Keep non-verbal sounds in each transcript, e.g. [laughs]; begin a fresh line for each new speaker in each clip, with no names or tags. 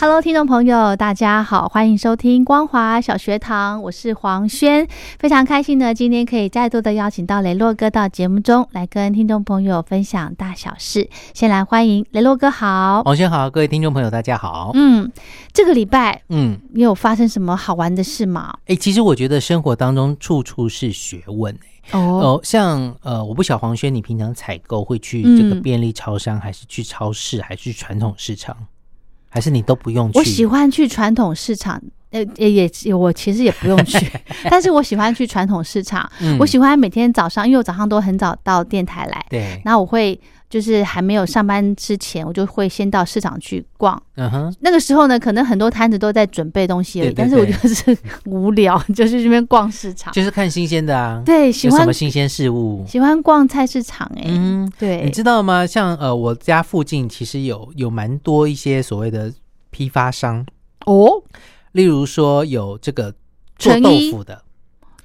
Hello，听众朋友，大家好，欢迎收听光华小学堂，我是黄轩，非常开心呢，今天可以再度的邀请到雷洛哥到节目中来跟听众朋友分享大小事。先来欢迎雷洛哥好，
王轩好，各位听众朋友，大家好。
嗯，这个礼拜
嗯，
你有发生什么好玩的事吗？
哎、其实我觉得生活当中处处是学问、欸。
哦，
哦，像呃，我不晓得黄轩，你平常采购会去
嗯
这个便利超商，还是去超市，还是去传统市场，还是你都不用去？
我喜欢去传统市场。呃，也也也我其实也不
[laughs]
用去，但是我喜欢去传统市场。
嗯
我喜欢每天早上，因为我早上都很早到电台来，
对，
那我会就是还没有上班之前，我就会先到市场去逛。
嗯哼，
那个时候呢，可能很多摊子都在准备东西而已，
对对
但是我就是 [laughs] 无聊，就是这边逛市场。
就是看新鲜的啊，
对，喜
有什
欢
么新鲜事物？
喜欢逛菜市场哎、
嗯，
对
你，知道吗？像呃，我家附近其实有有蛮多一些所谓的批发商，
哦，
例如说有这个做
成
豆
衣
腐的，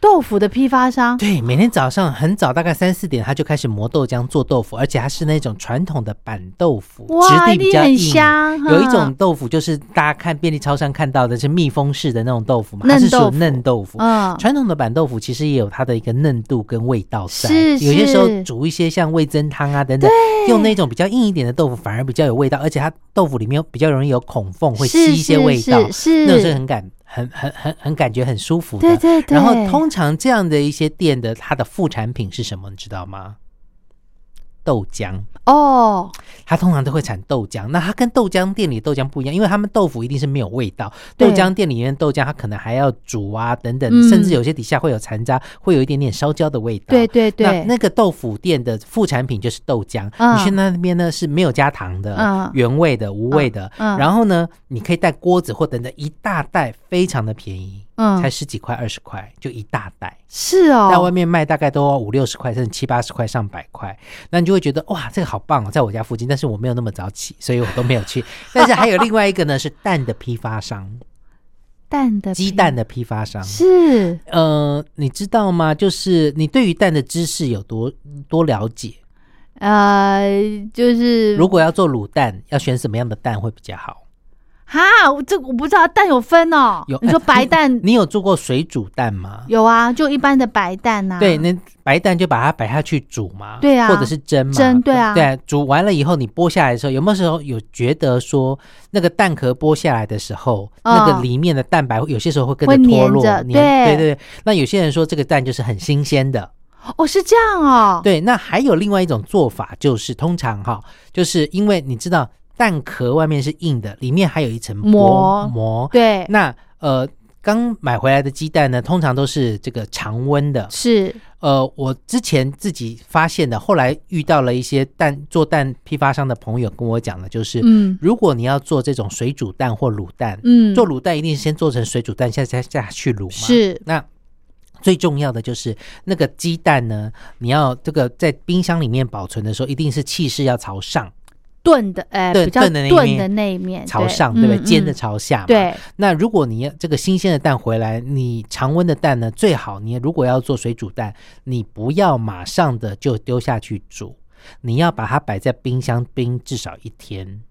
豆腐的批发商
对，每天早上很早，大概三四点，他就开始磨豆浆做豆腐，而且它是那种传统的板豆腐，
哇，
质
一
地比
定
较
很
硬。
香，啊
有一
哈
种豆腐就是大家看便利超商看到的是密封式的那种豆腐嘛，它
嫩
是属
豆
于嫩豆腐。
嗯，
传统的板豆腐其实也有它的一个嫩度跟味道在，
是
有些时候
是
煮一些像味增汤啊等等，用那种比较硬一点的豆腐反而比较有味道，而且它豆腐里面比较容易有孔缝，会
是
吸一些
是
味道，
是
那种是
是，
很感很很很很感觉很舒服的。
对对对。
然后通常这样的一些店的它的副产品是什么，你知道吗？豆浆，
哦，
它通常都会产豆浆。那它跟豆浆店里的豆浆不一样，因为他们豆腐一定是没有味道，
对
豆浆店里面的豆浆它可能还要煮啊等等，
嗯
甚至有些底下会有残渣，会有一点点烧焦的味道。
对对对，
那那个豆腐店的副产品就是豆浆，
嗯
你去那边呢是没有加糖的，
嗯
原味的、无味的，
嗯嗯
然后呢，你可以带锅子或等等一大袋，非常的便宜，
嗯
才十几块、二十块就一大袋，
是哦，
在外面卖大概都要五六十块，甚至七八十块、上百块，那你就会觉得哇，这个好棒哦，在我家附近，但是我没有那么早起，所以我都没有去。但是还有另外一个呢是蛋的批发商，
蛋的
鸡
批
蛋的批发商，
是
呃，你知道吗？就是你对于蛋的知识有多多了解？
呃，就是
如果要做卤蛋，要选什么样的蛋会比较好？
哈，我这我不知道蛋有分哦。
有哎
你说白蛋、
你有做过水煮蛋吗？
[laughs] 有啊，就一般的白蛋呐、啊
对，那白蛋就把它摆下去煮嘛，
对啊
或者是蒸嘛，
蒸对啊
对，煮完了以后你剥下来的时候，有没有时候有觉得说那个蛋壳剥下来的时候，
嗯
那个里面的蛋白有些时候会跟
会
着脱
粘
落，
着
粘
对
对对对。那有些人说这个蛋就是很新鲜的，
哦，是这样哦。
对。那还有另外一种做法，就是通常哈，就是因为你知道蛋壳外面是硬的，里面还有一层
膜
薄膜，
对
那呃，刚买回来的鸡蛋呢，通常都是这个常温的。
是
呃，我之前自己发现的，后来遇到了一些蛋做蛋批发商的朋友跟我讲的，就是、
嗯
如果你要做这种水煮蛋或卤蛋，
嗯，
做卤蛋一定是先做成水煮蛋，下下下去卤嘛。。
是
那最重要的就是那个鸡蛋呢，你要这个在冰箱里面保存的时候，一定是气势要朝上，
炖的，哎、
对
比较
炖的那一
炖
面
的那一面
朝上，对不对？煎的、
哎嗯
朝下嘛。
嗯对，
那如果你要这个新鲜的蛋回来，你常温的蛋呢，最好你如果要做水煮蛋，你不要马上的就丢下去煮，你要把它摆在冰箱冰至少一天，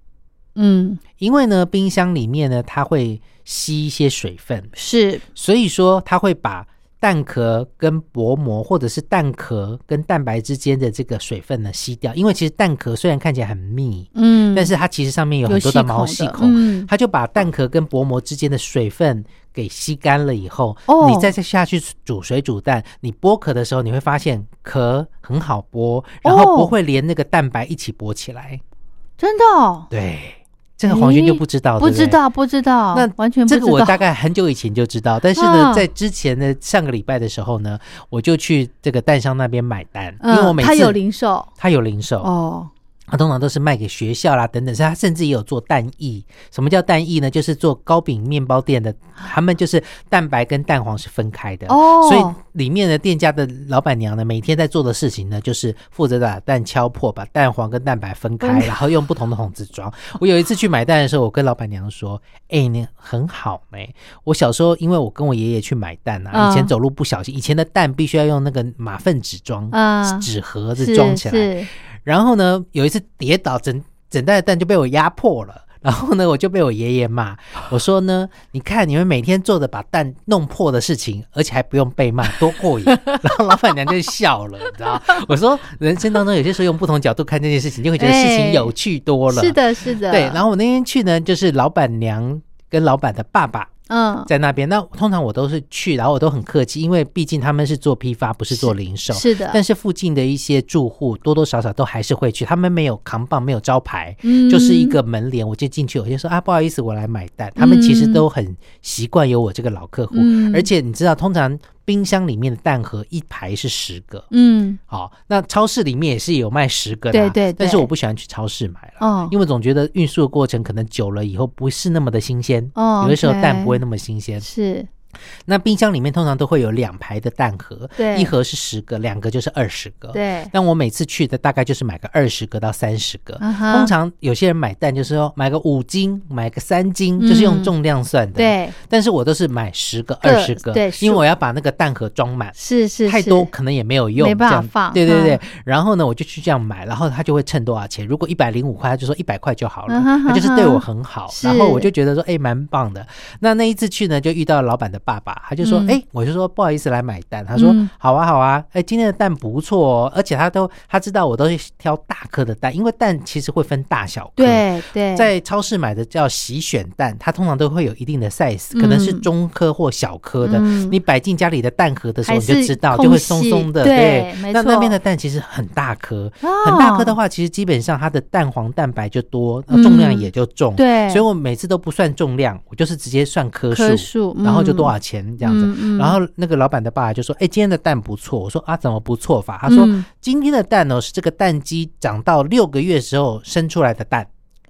嗯
因为呢，冰箱里面呢它会吸一些水分，
是
所以说它会把蛋壳跟薄膜或者是蛋壳跟蛋白之间的这个水分呢吸掉，因为其实蛋壳虽然看起来很密，
嗯，
但是它其实上面有
有
很多的
细
毛
的
细孔，
嗯
它就把蛋壳跟薄膜之间的水分给吸干了以后，
哦
你再再下去煮水煮蛋，你剥壳的时候你会发现壳很好剥，然后
哦
不会连那个蛋白一起剥起来。
真的哦，
对，这个黄轩就不知道，
不
哦对
知
对。
道，不知道，
那
完全不
这
知
个
道。
我大概很久以前就知道，但是
嗯
呢，在之前的上个礼拜的时候呢，我就去这个蛋商那边买蛋，因
嗯，
为我每次
他有零售
他有零售，
哦，
他啊通常都是卖给学校啦等等，所以他甚至也有做蛋液。什么叫蛋液呢？就是做糕饼面包店的，他们就是蛋白跟蛋黄是分开的。
哦
啊所以里面的店家的老板娘呢，每天在做的事情呢，就是负责把蛋敲破，把蛋黄跟蛋白分开，然后用不同的桶子装。我有一次去买蛋的时候，我跟老板娘说：“哎、你很好呢、我小时候因为我跟我爷爷去买蛋啊，
嗯
以前走路不小心，以前的蛋必须要用那个马粪纸装，
嗯
纸盒子
是
装起来。
是
然后呢，有一次跌倒，整整袋的蛋就被我压破了。然后呢，我就被我爷
[laughs]
爷骂。我说呢，你看你们每天做的把蛋弄破的事情，而且还不用被骂，多过
[laughs]
瘾。然后老板娘就笑了，你知道？我说人生当中有些时候用不同角度看这件事情，就会觉得事情
哎
有趣多了。
是，的，是的，
对。然后我那天去呢，就是老板娘跟老板的爸爸
嗯，
在那边。那通常我都是去，然后我都很客气，因为毕竟他们是做批发，不是做零售。
是的，
但是附近的一些住户多多少少都还是会去，他们没有扛棒，没有招牌，
嗯
就是一个门帘，我就进去，我就说啊，不好意思，我来买蛋。他们其实都很习惯有我这个老客户，
嗯
而且你知道，通常冰箱里面的蛋盒一排是十个，
嗯
好、那超市里面也是有卖十个的啊、
对对对
但是我不喜欢去超市买了。
哦
因为总觉得运输的过程可能久了以后不是那么的新鲜，
哦
有的时候蛋
OK
不会那么新鲜。
是
那冰箱里面通常都会有两排的蛋盒，
对
一盒是十个，两个就是二十个。
对
但我每次去的大概就是买个二十个到三十个。
嗯哼
通常有些人买蛋就是说买个五斤，买个三斤，
嗯
就是用重量算的。，
对
但是我都是买十个、
个
二十个，
对
因为我要把那个蛋壳装满。
是是
太
是
多可能也没有用，
没办法
这样
放
对对对，
嗯
然后呢，我就去这样买，然后他就会称多少钱。如果一百零五块，他就说一百块就好了，
嗯哼
他就是
嗯哼
对我很好。
是
然后我就觉得说，哎，蛮棒的。那那一次去呢，就遇到老板的爸爸，他就说，
嗯
哎、我就说不好意思来买蛋，他说、
嗯
好啊好啊，哎，今天的蛋不错哦，而且他都他知道我都是挑大颗的蛋，因为蛋其实会分大小颗。
对对
在超市买的叫洗选蛋，它通常都会有一定的 size，可能是
嗯
中颗或小颗的。
嗯
你摆进家里的蛋壳的时
还
候，你就是知道
空
就会松松的。
隙
对
对，没
那
错
那边的蛋其实很大颗，
哦
很大颗的话，其实基本上它的蛋黄蛋白就多，
嗯
重量也就重。
对
所以我每次都不算重量，我就是直接算颗数，
棵树，
然后就
嗯
多少钱这样子。
嗯嗯
然后那个老板的爸爸就说：“哎、今天的蛋不错。”我说：“啊，怎么不错法？”他说：“
嗯
今天的蛋哦呢、是这个蛋鸡长到六个月时候生出来的蛋。”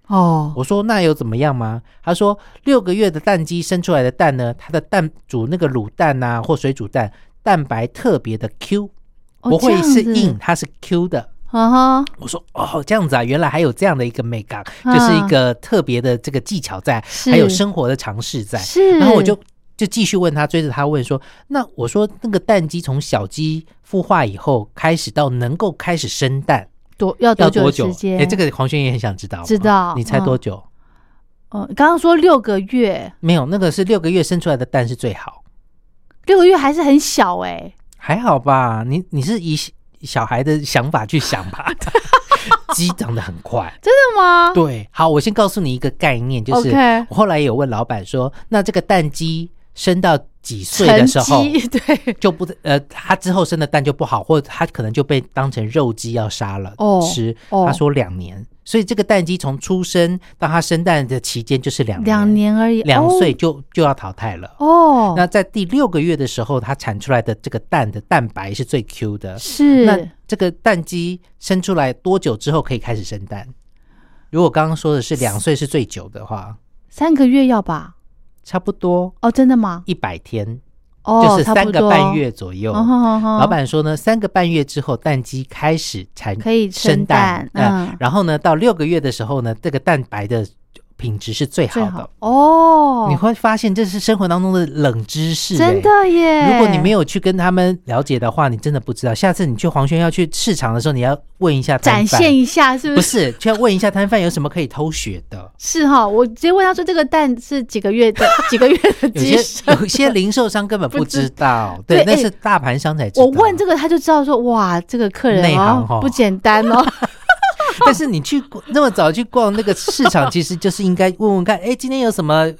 哦
我说那又怎么样吗？他说六个月的蛋鸡生出来的蛋呢，它的蛋煮那个卤蛋啊或水煮蛋，蛋白特别的 Q，
哦
不会
这样
是
子
硬，它是 Q 的。
哈啊哈
我说哦，这样子啊，原来还有这样的一个美感，
嗯
就是一个特别的这个技巧在，
是
还有生活的尝试在。
是，
然后我就就继续问他，追着他问说：“那我说那个蛋鸡从小鸡孵化以后开始到能够开始生蛋，
多要
要
多
多
久
久
时？”间？
哎，这个黄轩也很想知道，
知道
你猜多
嗯
久？
哦，刚刚说六个月，
没有，那个是六个月生出来的蛋是最好，
六个月还是很小哎、
还好吧？你你是以小孩的想法去想
[laughs]
吧，鸡长得很快。
真的吗？
对，好，我先告诉你一个概念，就是
OK
我后来有问老板说，那这个蛋鸡生到几岁的时候
成绩 [laughs] 对，
就不呃，它之后生的蛋就不好，或者它可能就被当成肉鸡要杀了、
哦
吃。
哦
他说两年，所以这个蛋鸡从出生到它生蛋的期间就是两
两年哦而已，
两岁就、就要淘汰了。
哦，
那在第六个月的时候，它产出来的这个蛋的蛋白是最 Q 的。那
是
这个蛋鸡生出来多久之后可以开始生蛋？如果刚刚说的是两岁是最久的话，
三个月要吧？
差不多
哦，真的吗？
一百天，
哦，
就是
差
三
不
个
多
半。月左右。
哦吼吼吼
老板说呢，三个半月之后，蛋鸡开始产
可以生
生
蛋
嗯
嗯
然后呢，到六个月的时候呢，这个蛋白的品质是最好
最
的。
好哦，
你会发现这是生活当中的冷知识、
真
欸
的耶？
如果你没
有
有去跟他们了解的话，你真的不知道。下次你去黄轩要去市场的时候，你要问一下摊
展
贩
现，一下，是
不
是？
是，去要问一下摊贩有什么可以偷学 [laughs] 的。
是哈，我直接问他说这个蛋是几个月
[laughs]
的几个月的
有
鸡
些
生？
有些零售商根本不知 [laughs] 道，
对
对，那
哎
是大盘商才知道。
哦我问这个他就知道说哇，这个客人
内行
哦
哦
不简单哦，
但是你去逛那么早去逛那个市场，其实就是应该问问看，哎，今天有什么？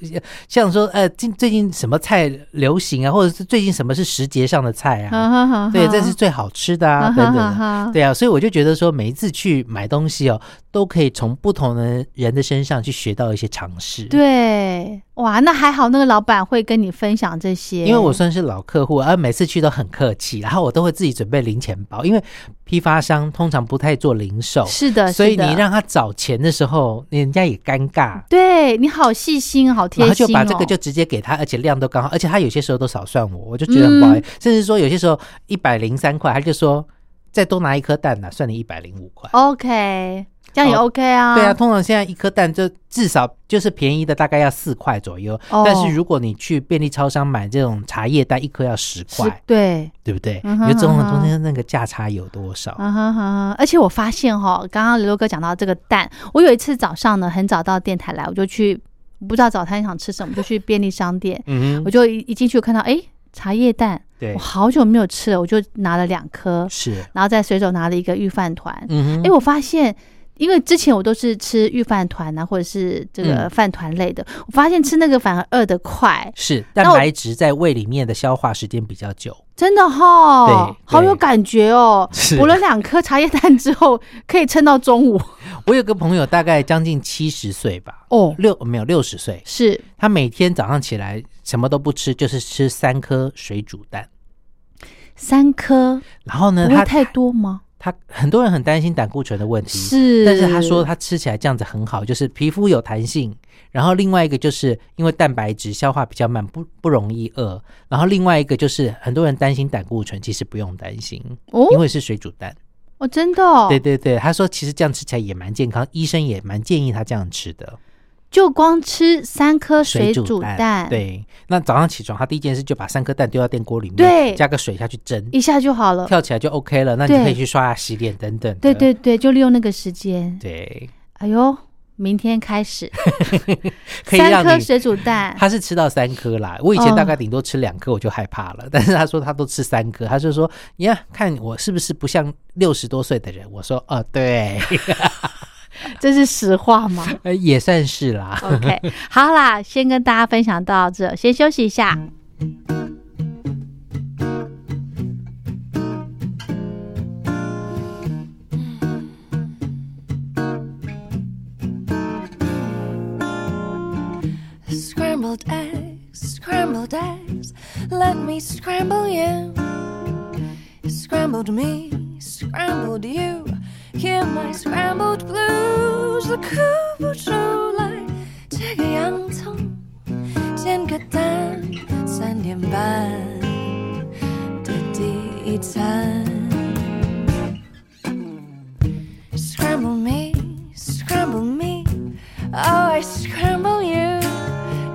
像说，呃，近最近什么菜流行啊，或者是最近什么是时节上的菜啊？ [laughs] 对，这是最好吃的啊，等等的。
等
对啊，所以我就觉得说，每一次去买东西哦，都可以从不同的人的身上去学到一些常识。。
对，哇，那还好，那个老板会跟你分享这些，
因为我算是老客户，而每次去都很客气，然后我都会自己准备零钱包，因为批发商通常不太做零售，
是的，
所以
是的
你让他找钱的时候，人家也尴尬。
对你好细心，好贴
然
心、哦，
后就把这个就直接给他，而且量都刚好，而且他有些时候都少算我，我就觉得
嗯
很不好意思。甚至说有些时候一百零三块，他就说再多拿一颗蛋呐、算你一百零五块。
OK，这样也
哦
OK 啊，
对啊，，通常现在一颗蛋就至少就是便宜的大概要四块左右，
哦
但是如果你去便利超商买这种茶叶蛋，一颗要十
是
块，，
对，
对不对？
嗯
你
哼
就中
嗯
文
哼
中间那个价差有多少？
啊哈哈哈！而且我发现哈、刚刚刘哥讲到这个蛋，我有一次早上呢很早到电台来，我就去不知道早餐想吃什么，就去便利商店，
嗯
我，就一一进去看到哎茶叶蛋，
对
我，好久没有吃了，我就拿了两颗，
嗯是，
然后再随手拿了一个御饭团。哎、
嗯哼，
我发现。因为之前我都是吃御饭团啊，或者是这个
嗯
饭团类的，我发现吃那个反而饿得快，
是
那
蛋
我
白质在胃里面的消化时间比较久，
真的哈
对，
好有
对
感觉哦！
是
补了两颗茶叶蛋之后，可以撑到中午
我有个朋友大概将近七十岁吧，
哦。
六没有六十岁，
是
他每天早上起来什么都不吃，就是吃三颗水煮蛋。
三颗，
然后呢，
不
他
会太多吗？
他很多人很担心胆固醇的问题，
是，
嗯但是他说他吃起来这样子很好，就是皮肤有弹性，然后另外一个就是因为蛋白质消化比较慢，不不容易饿，然后另外一个就是很多人担心胆固醇，其实不用担心，
哦
因，为是水煮蛋。
哦，真的、哦，
对，对对，他说其实这样吃起来也蛮健康，医生也蛮建议他这样吃的。
就光吃三颗水
煮
蛋，
对，那早上起床，他第一件事就把三颗蛋丢到电锅里面，
对
加个水下去蒸，
一下就好了。
跳起来就 OK 了。那你
对
就可以去刷牙、洗脸等等的。
对对对，就利用那个时间。
对，
哎呦，明天开始
[laughs] 可以
三
让
颗
你。
水煮蛋，
他是吃到三颗啦，我以前大概顶多吃两颗我就害怕了， [laughs] 但是他说他都吃三颗，他就说你看看我是不是不像六十多岁的人？我说哦，对， [laughs]
这是实话吗
呃也算是啦。
？OK，好啦，先跟大家分享到这，先休息一下。
嗯
Scrambled eggs, scrambled eggs, let me scramble you. Scrambled me, scrambled you. Hear my scrambled blues. The coup 不出来，这个洋葱煎个蛋，三点半的第一餐。Scramble me, scramble me, oh I scramble you.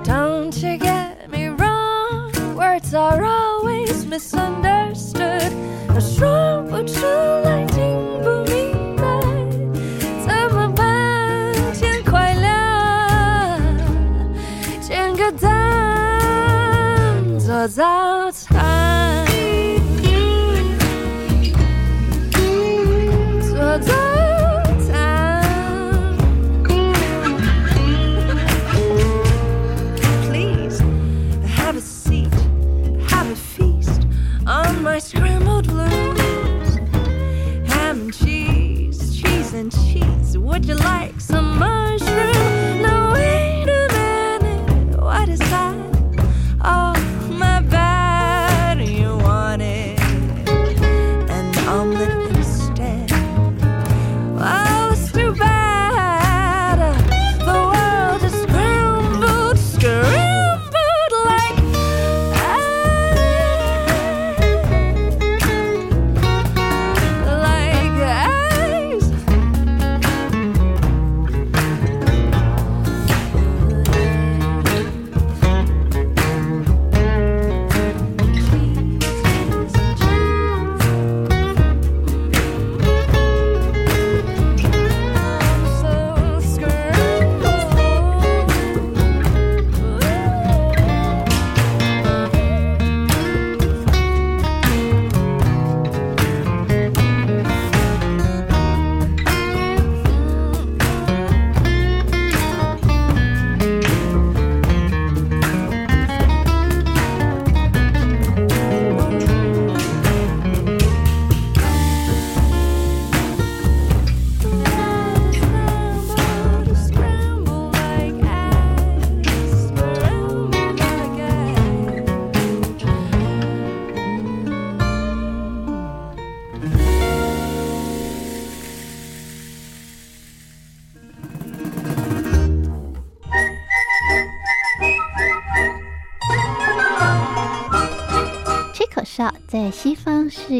Don't you get me wrong, words are always misunderstood. 说不出来，听不明白，怎么办？天快亮，煎个蛋做早餐，做早餐。please have a seat, have a feast on my scrambled blues. Ham and cheese, cheese and cheese. Would you like some mushroom? No, wait a minute. What is that? Oh, my bad. You wanted an omelet instead. Well, it's too bad. The world is scrambled, scrambled like eggs. Like eggs.
照在西方是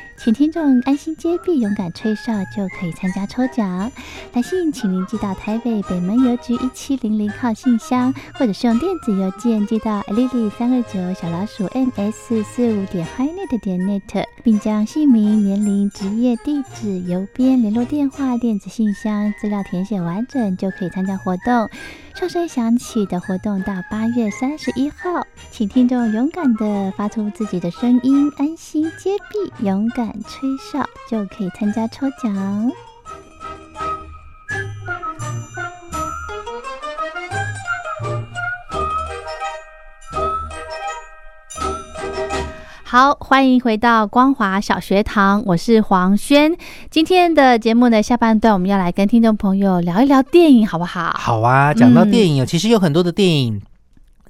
请听众安心接币，勇敢吹哨就可以参加抽奖。来信请您寄到台北北门邮局一七零零号信箱，或者是用电子邮件寄到 lily 三二九小老鼠 ms 四五点 hinet 点 net，并将姓名、年龄、职业、地址、邮编、联络电话、电子信箱资料填写完整，就可以参加活动。哨声响起的活动到八月三十一号，请听众勇敢的发出自己的声音，安心接币，勇敢吹哨就可以参加抽奖。好，欢迎回到光华小学堂，我是黄轩。今天的节目呢，下半段我们要来跟听众朋友聊一聊电影，好不好？嗯
好啊，讲到电影哦，其实有很多的电影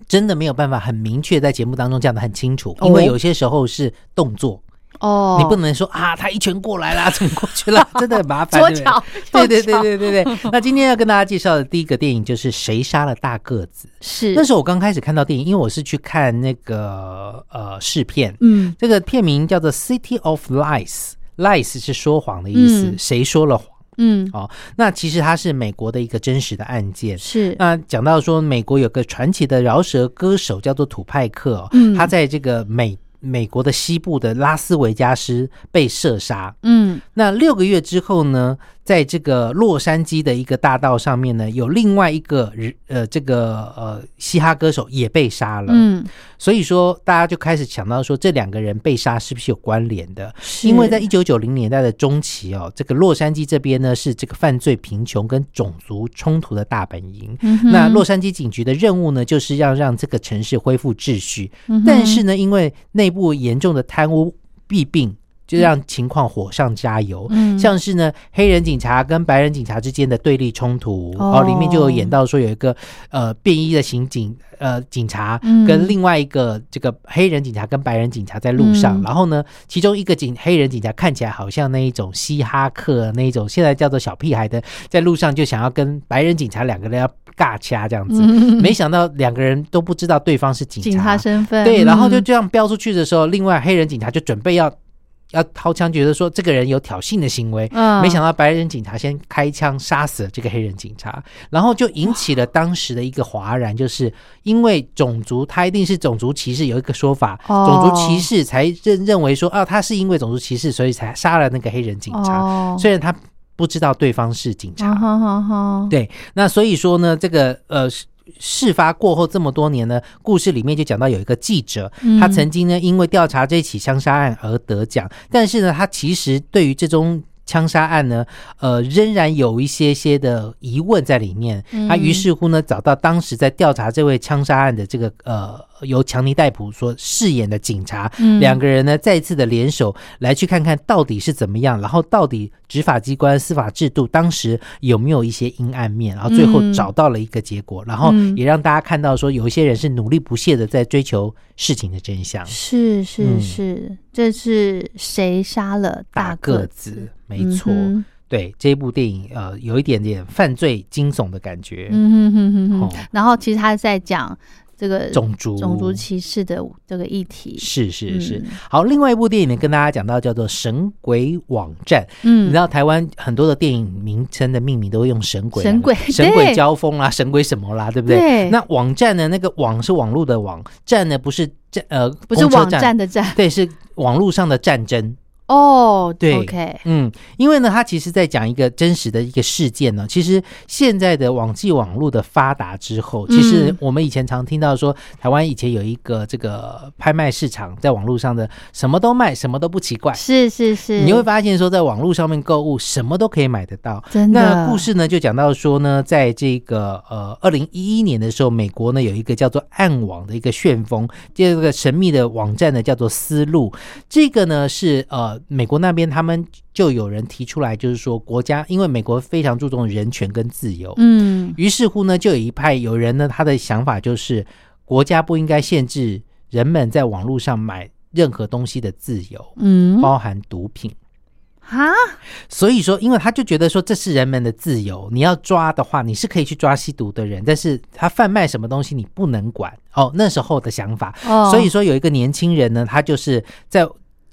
真的没有办法很明确在节目当中讲的很清楚，因为
哦
有些时候是动作，
哦
你不能说啊，他一拳过来啦，怎么过去了，真的很麻烦。
[laughs] 左
对不对
脚，
对
右
对
脚
对对对对。那今天要跟大家介绍的第一个电影就是《谁杀了大个子》。
是
那时候我刚开始看到电影，因为我是去看那个呃试片，
嗯
这个片名叫做《City of Lies》，lies 是说谎的意思，
嗯
谁说了谎？
嗯
哦，那其实它是美国的一个真实的案件。
是
那讲到说，美国有个传奇的饶舌歌手叫做土派克、哦，
嗯
他在这个美美国的西部的拉斯维加斯被射杀。
嗯
那六个月之后呢，在这个洛杉矶的一个大道上面呢，有另外一个人呃，这个呃嘻哈歌手也被杀了。，
嗯，
所以说大家就开始想到说，这两个人被杀是不是有关联的？
是
因为在一九九零年代的中期哦，这个洛杉矶这边呢是这个犯罪、贫穷跟种族冲突的大本营。
嗯哼
那洛杉矶警局的任务呢，就是要让这个城市恢复秩序。
嗯哼
但是呢，因为内部严重的贪污弊病，就让情况火上加油。
嗯
像是呢，黑人警察跟白人警察之间的对立冲突，
哦
里面就有演到说有一个呃便衣的刑警呃警察
嗯
跟另外一个这个黑人警察跟白人警察在路上，
嗯
然后呢，其中一个警黑人警察看起来好像那一种嘻哈客那一种现在叫做小屁孩的，在路上就想要跟白人警察两个人要尬掐这样子，
嗯
没想到两个人都不知道对方是警察，
警察身份
对，然后就
嗯
这样飙出去的时候，另外黑人警察就准备要要掏枪，觉得说这个人有挑衅的行为。
嗯
没想到白人警察先开枪杀死了这个黑人警察，然后就引起了当时的一个哗然，就是因为种族，他一定是种族歧视，有一个说法，
哦
种族歧视才认认为说啊，他是因为种族歧视，所以才杀了那个黑人警察，
哦，
虽然他不知道对方是警察，
啊哈哈哈
对，那所以说呢，这个呃。事事发过后这么多年呢，故事里面就讲到有一个记者，
嗯
他曾经呢因为调查这起枪杀案而得奖，但是呢，他其实对于这宗枪杀案呢，呃，仍然有一些些的疑问在里面。他于是乎呢，找到当时在调查这位枪杀案的这个呃，由强尼戴普所饰演的警察，
嗯
两个人呢再次的联手来去看看到底是怎么样，然后到底执法机关、司法制度当时有没有一些阴暗面，然后最后
嗯
找到了一个结果，然后
嗯
也让大家看到说有一些人是努力不懈的在追求事情的真相。
是是
嗯
是，这是谁杀了
大
个
个子，没错，
嗯哼
对这部电影呃有一点点犯罪惊悚的感觉，
嗯哼哼哼
哦
哼，然后其实他在讲这个
种族
种族歧视的这个议题，
是是是，
嗯
好，另外一部电影呢，跟大家讲到叫做《神鬼网站》。你
嗯
知，道台湾很多的电影名称的命名都会用神鬼啊、
神鬼
神鬼
对
交锋啦、神鬼什么啦，对不对？
对
那网站呢？那个网是网络的网，站呢不是站呃
不是
公车
网
站
站，的站
对，是网络上的战争。
哦，
对
，OK，
嗯，因为呢，它其实在讲一个真实的一个事件呢。其实现在的网际网络的发达之后，其实
嗯
我们以前常听到说，台湾以前有一个这个拍卖市场，在网络上的什么都卖，什么都不奇怪。
是是是，
你会发现说，在网络上面购物，什么都可以买得到。
真的
那故事呢，就讲到说呢，在这个呃二零一一年的时候，美国呢有一个叫做暗网的一个旋风，这个神秘的网站呢叫做丝路，这个呢是呃美国那边他们就有人提出来，就是说国家因为美国非常注重人权跟自由，
嗯
于是乎呢，就有一派有人呢，他的想法就是国家不应该限制人们在网络上买任何东西的自由，
嗯，
包含毒品。
哈，
哦所以说，因为他就觉得说这是人们的自由，你要抓的话，你是可以去抓吸毒的人，但是他贩卖什么东西你不能管哦。那时候的想法，
哦，
所以说有一个年轻人呢，他就是在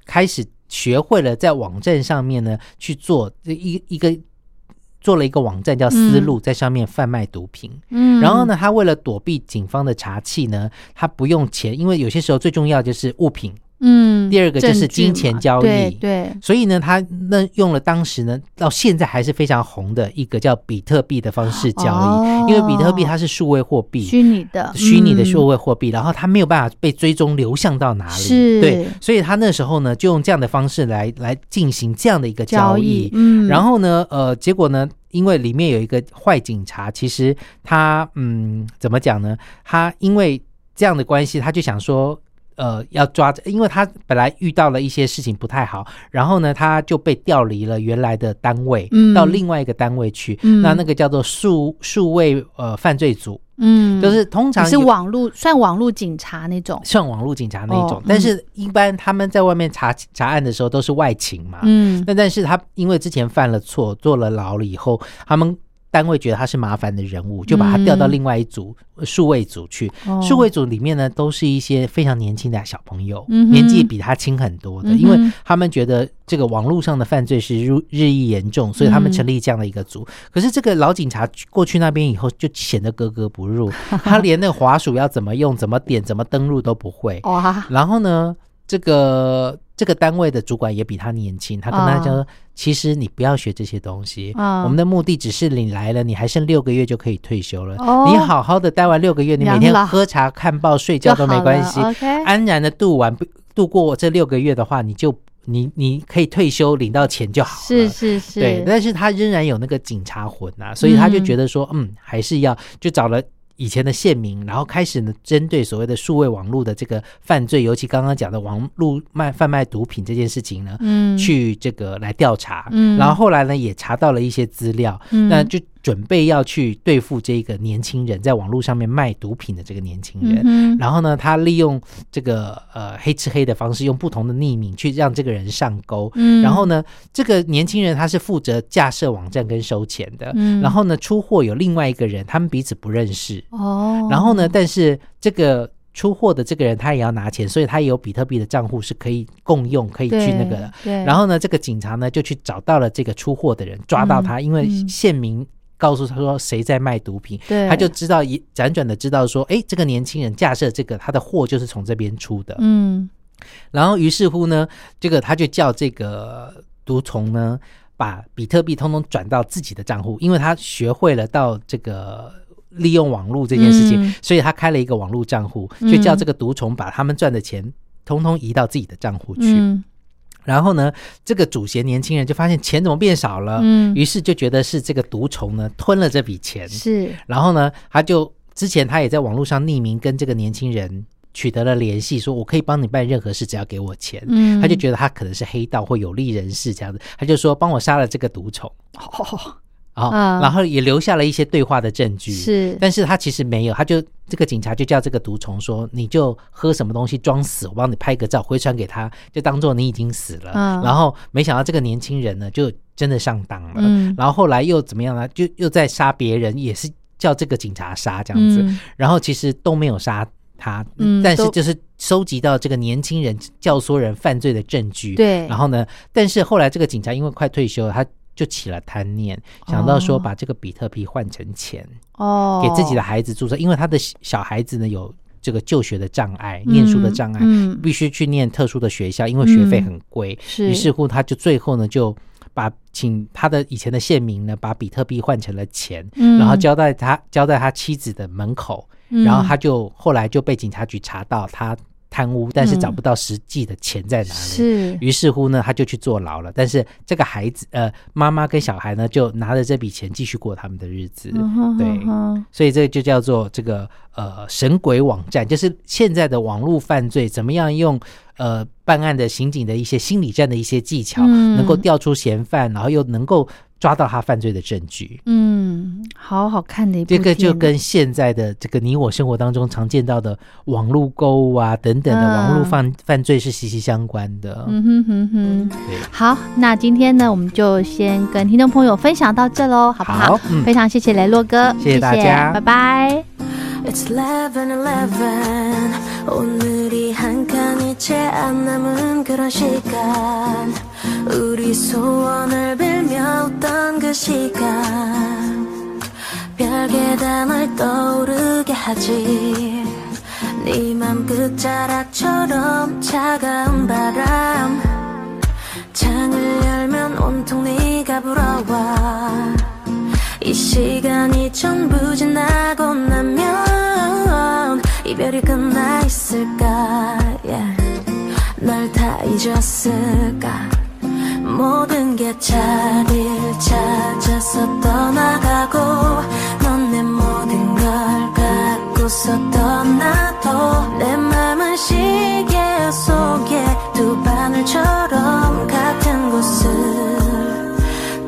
开始学会了在网站上面呢去做一一个做了一个网站叫思路，在上面贩卖毒品。
嗯，
然后呢，他为了躲避警方的查缉呢，他不用钱，因为有些时候最重要就是物品，
嗯，
第二个就
证
是
据
金钱
嘛
交易
对对，
所以呢，他那用了当时呢到现在还是非常红的一个叫比特币的方式交易，
哦
因为比特币它是数位货币，
虚拟的
虚拟的
嗯
数位货币，然后它没有办法被追踪流向到哪里，
是
对，所以他那时候呢，就用这样的方式来来进行这样的一个交
交
易，
嗯，
然后呢，呃，结果呢，因为里面有一个呃坏警察，其实他嗯，怎么讲呢？他因为这样的关系，他就嗯想说。呃，要抓，因为他本来遇到了一些事情不太好，然后呢，他就被调离了原来的单位，
嗯
到另外一个单位去。
嗯
那那个叫做数数位呃犯罪组，
嗯，
就是通常
你是
有
网络算网络警察那种，
算网络警察那一种，
哦
但是一般他们在外面查查案的时候都是外勤嘛。
嗯
那但是他因为之前犯了错，坐了牢了以后，他们单位觉得他是麻烦的人物，就把他调到另外一组呃数、位组去。
嗯哦
数、位组里面呢，都是一些非常年轻的小朋友，
嗯哼
年纪比他轻很多
嗯
的，
哼
因为他们觉得这个网络上的犯罪是日日益严重，所以
嗯
他们成立这样的一个组。可是这个老警察过去那边以后，就显得格格不
[laughs]
入，他连那个滑鼠要怎么用、怎么点、怎么登录都不
[laughs]
会。
哇，
然后呢，这个这个单位的主管也比他年轻，他跟他
哦
说：“其实你不要学这些东西，
啊
我们的目的只是你来了，你还剩六个月就可以退休了。
哦
你好好的待完六个月，你每
养老
天喝茶、看报、睡觉都没关系，
OK，
安然的度完度过这六个月的话，你就你你可以退休领到钱就好了。
是是是，
对，但是他仍然有那个警察魂呐、所以他就觉得说，嗯还是要就找了。以前的县民，然后开始呢，针对所谓的数位网络的这个犯罪，尤其刚刚讲的网络卖贩卖毒品这件事情呢，
嗯
去这个来调查，
嗯
然后后来呢也查到了一些资料，
嗯
那就准备要去对付这个年轻人在网络上面卖毒品的这个年轻人，
嗯哼
然后呢，他利用这个呃黑吃黑的方式，用不同的匿名去让这个人上钩。
嗯
然后呢，这个年轻人他是负责架设网站跟收钱的。
嗯
然后呢，出货有另外一个人，他们彼此不认识。
哦，
然后呢，但是这个出货的这个人他也要拿钱，所以他也有比特币的账户是可以共用，可以去那个的。
对，对
然后呢，这个警察呢就去找到了这个出货的人，抓到他，因为
嗯
县民告诉他说谁在卖毒品，
对
他就知道一辗转的知道说，哎，这个年轻人架设这个他的货就是从这边出的，
嗯
然后于是乎呢，这个他就叫这个毒虫呢把比特币通通转到自己的账户，因为他学会了到这个。利用网络这件事情，
嗯
所以他开了一个网络账户，
嗯
就叫这个毒虫把他们赚的钱通通移到自己的账户去。
嗯
然后呢，这个主嫌年轻人就发现钱怎么变少了，
嗯
于是就觉得是这个毒虫呢吞了这笔钱，
是
然后呢，他就之前他也在网络上匿名跟这个年轻人取得了联系，说我可以帮你办任何事，只要给我钱。
嗯
他就觉得他可能是黑道或有利人士这样子，他就说帮我杀了这个毒
[laughs]
虫哦
啊
然后也留下了一些对话的证据。，
是
但是他其实没有，他就这个警察就叫这个毒虫说，你就喝什么东西装死，我帮你拍个照回传给他，就当做你已经死了。
嗯
然后没想到这个年轻人呢，就真的上当了。
嗯
然后后来又怎么样呢？就又在杀别人，也是叫这个警察杀这样子。
嗯
然后其实都没有杀他，
嗯
但是
都
就是收集到这个年轻人教唆人犯罪的证据。
对
然后呢，但是后来这个警察因为快退休了，他。就起了贪念，想到说
哦
把这个比特币换成钱、
哦
给自己的孩子注册，因为他的小小孩子呢有这个就学的障碍、念书的障碍，
嗯嗯
必须去念特殊的学校，因为学费
嗯
很贵。
是
于是乎，他就最后呢，就把请他的以前的县民呢，把比特币换成了钱，
嗯
然后交在他交在他妻子的门口，然后他就后来就被警察局查到他贪污，但是
嗯
找不到实际的钱在哪里。
是
于是乎呢，他就去坐牢了。但是这个孩子，呃，妈妈跟小孩呢，就拿着这笔钱继续过他们的日子。
嗯哼
对
嗯哼
所以这个就叫做这个呃神鬼网站，就是现在的网络犯罪怎么样用呃办案的刑警的一些心理战的一些技巧，
嗯
能够调出嫌犯，然后又能够抓到他犯罪的证据。
嗯，好好看的一部
这个就
片
跟现在的这个你我生活当中常见到的网络购物啊等等的
嗯
网络犯犯罪是息息相关的。
嗯哼哼哼，
对，
好，那今天呢，我们就先跟听众朋友分享到这喽，好不好？
好嗯
非常谢谢雷洛哥，
谢谢大家
拜拜。
It's 11, 11 오늘이 한 칸이 채 안 남은 그런 시간 우리 소원을 빌며 웃던 그 시간 별 계단을 떠오르게 하지 네맘 끝자락처럼 차가운 바람 창을 열면 온통 네가 불어와 이 시간이 전부 지나고 나면 이별이 끝나 있을까 yeah. 널 다 잊었을까 모든 게 자리를 찾아서 떠나가고 넌 내 모든 걸 갖고서 떠나도 내 맘은 시계 속에 두 바늘처럼 같은 곳을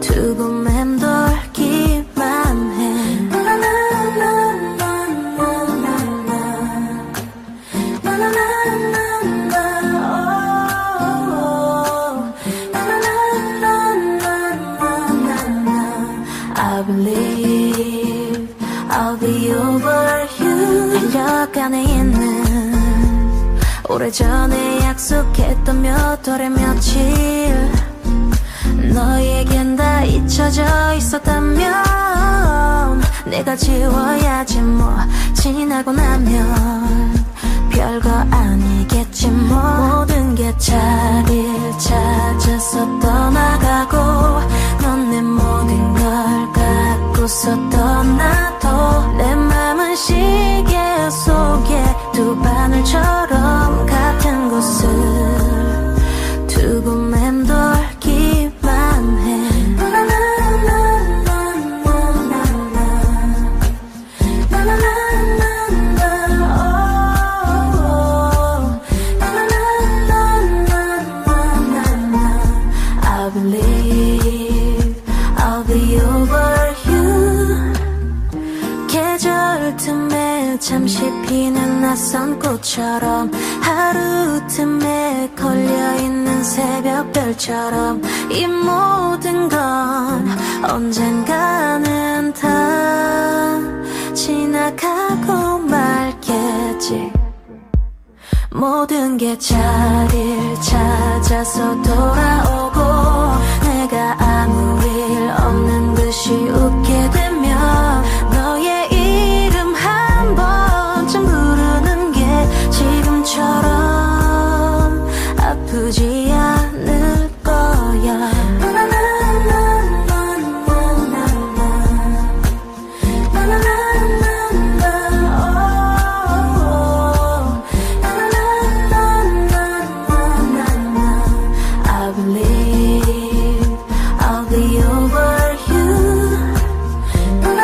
두고 맴돌기만 해 나나나나나나 I believe I'll be over you 달력 안에 있는 오래전에 약속했던 몇 월에 며칠 너에겐 다 잊혀져 있었다면 내가 지워야지 뭐 지나고 나면 별거 아니겠지 뭐 모든 게 자리를 찾아서 떠나가고 넌 내 모든 걸 갖고서 떠나도 내 맘은 시계 속에 두 바늘처럼 같은 곳을 두고 맴돌기만 해. 나나나나나나나. 나나나나나. 오. 나나나나나나나. I believe I'll be over you. 계절 틈에 잠시 피는 낯선 꽃처럼 하루 틈에 걸려있는 새벽별처럼 이 모든 건 언젠가는 다 지나가고 말겠지 모든 게 자리를 찾아서 돌아오고 내가 아무 일 없는 듯이 웃게 되면 너의 이름 한 번쯤 부르는 게 지금처럼 아프지 않을 거야 나나나나나나나 I believe I'll be over you.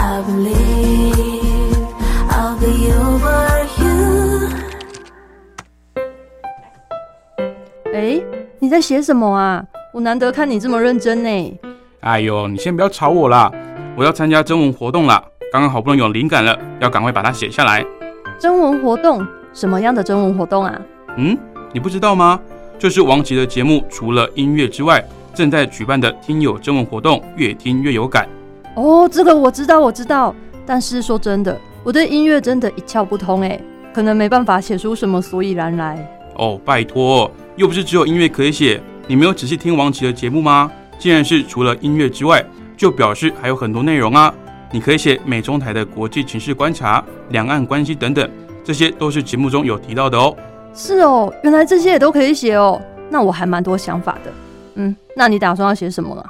I believe I'll be over you.
哎，你在写什么啊？我难得看你这么认真呢。
哎呦，你先不要吵我啦，我要参加征文活动啦，刚刚好不容易有灵感了，要赶快把它写下来。
征文活动，什么样的征文活动啊？
嗯，你不知道吗？就是王琦的节目，除了音乐之外，正在举办的听友征文活动，越听越有感。
哦，这个我知道，我知道。但是说真的，我对音乐真的一窍不通哎，可能没办法写出什么所以然来。
哦，拜托，又不是只有音乐可以写，你没有仔细听王琦的节目吗？既然是除了音乐之外，就表示还有很多内容啊。你可以写美中台的国际情势观察、两岸关系等等，这些都是节目中有提到的哦。
是哦，原来这些也都可以写哦。那我还蛮多想法的。嗯，那你打算要写什么了？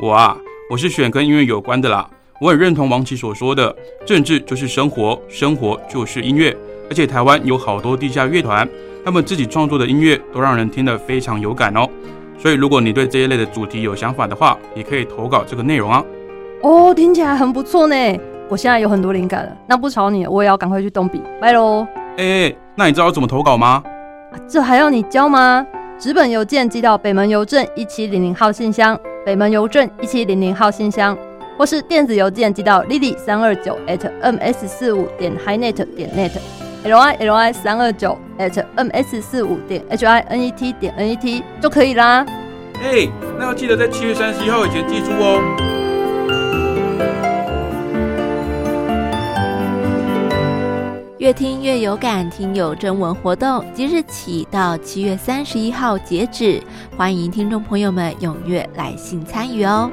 我啊，我是选跟音乐有关的啦。我很认同王琦所说的，政治就是生活，生活就是音乐。而且台湾有好多地下乐团，他们自己创作的音乐都让人听得非常有感哦。所以如果你对这一类的主题有想法的话，也可以投稿这个内容啊。
哦，听起来很不错呢。我现在有很多灵感了，那不吵你了，我也要赶快去动笔，拜喽。
哎、那你知道怎么投稿吗？
啊这还要你教吗？纸本邮件寄到北门邮政一七零零号信箱，北门邮政一七零零号信箱，或是电子邮件寄到 lily 三二九 at ms 四五点 hinet 点 net。l i l i 三二九 at m s 四五点 h i n e t 点 n e t 就可以啦。
哎、那要记得在七月三十一号以前寄出哦。
越听越有感听友征文活动即日起到七月三十一号截止，欢迎听众朋友们踊跃来信参与哦。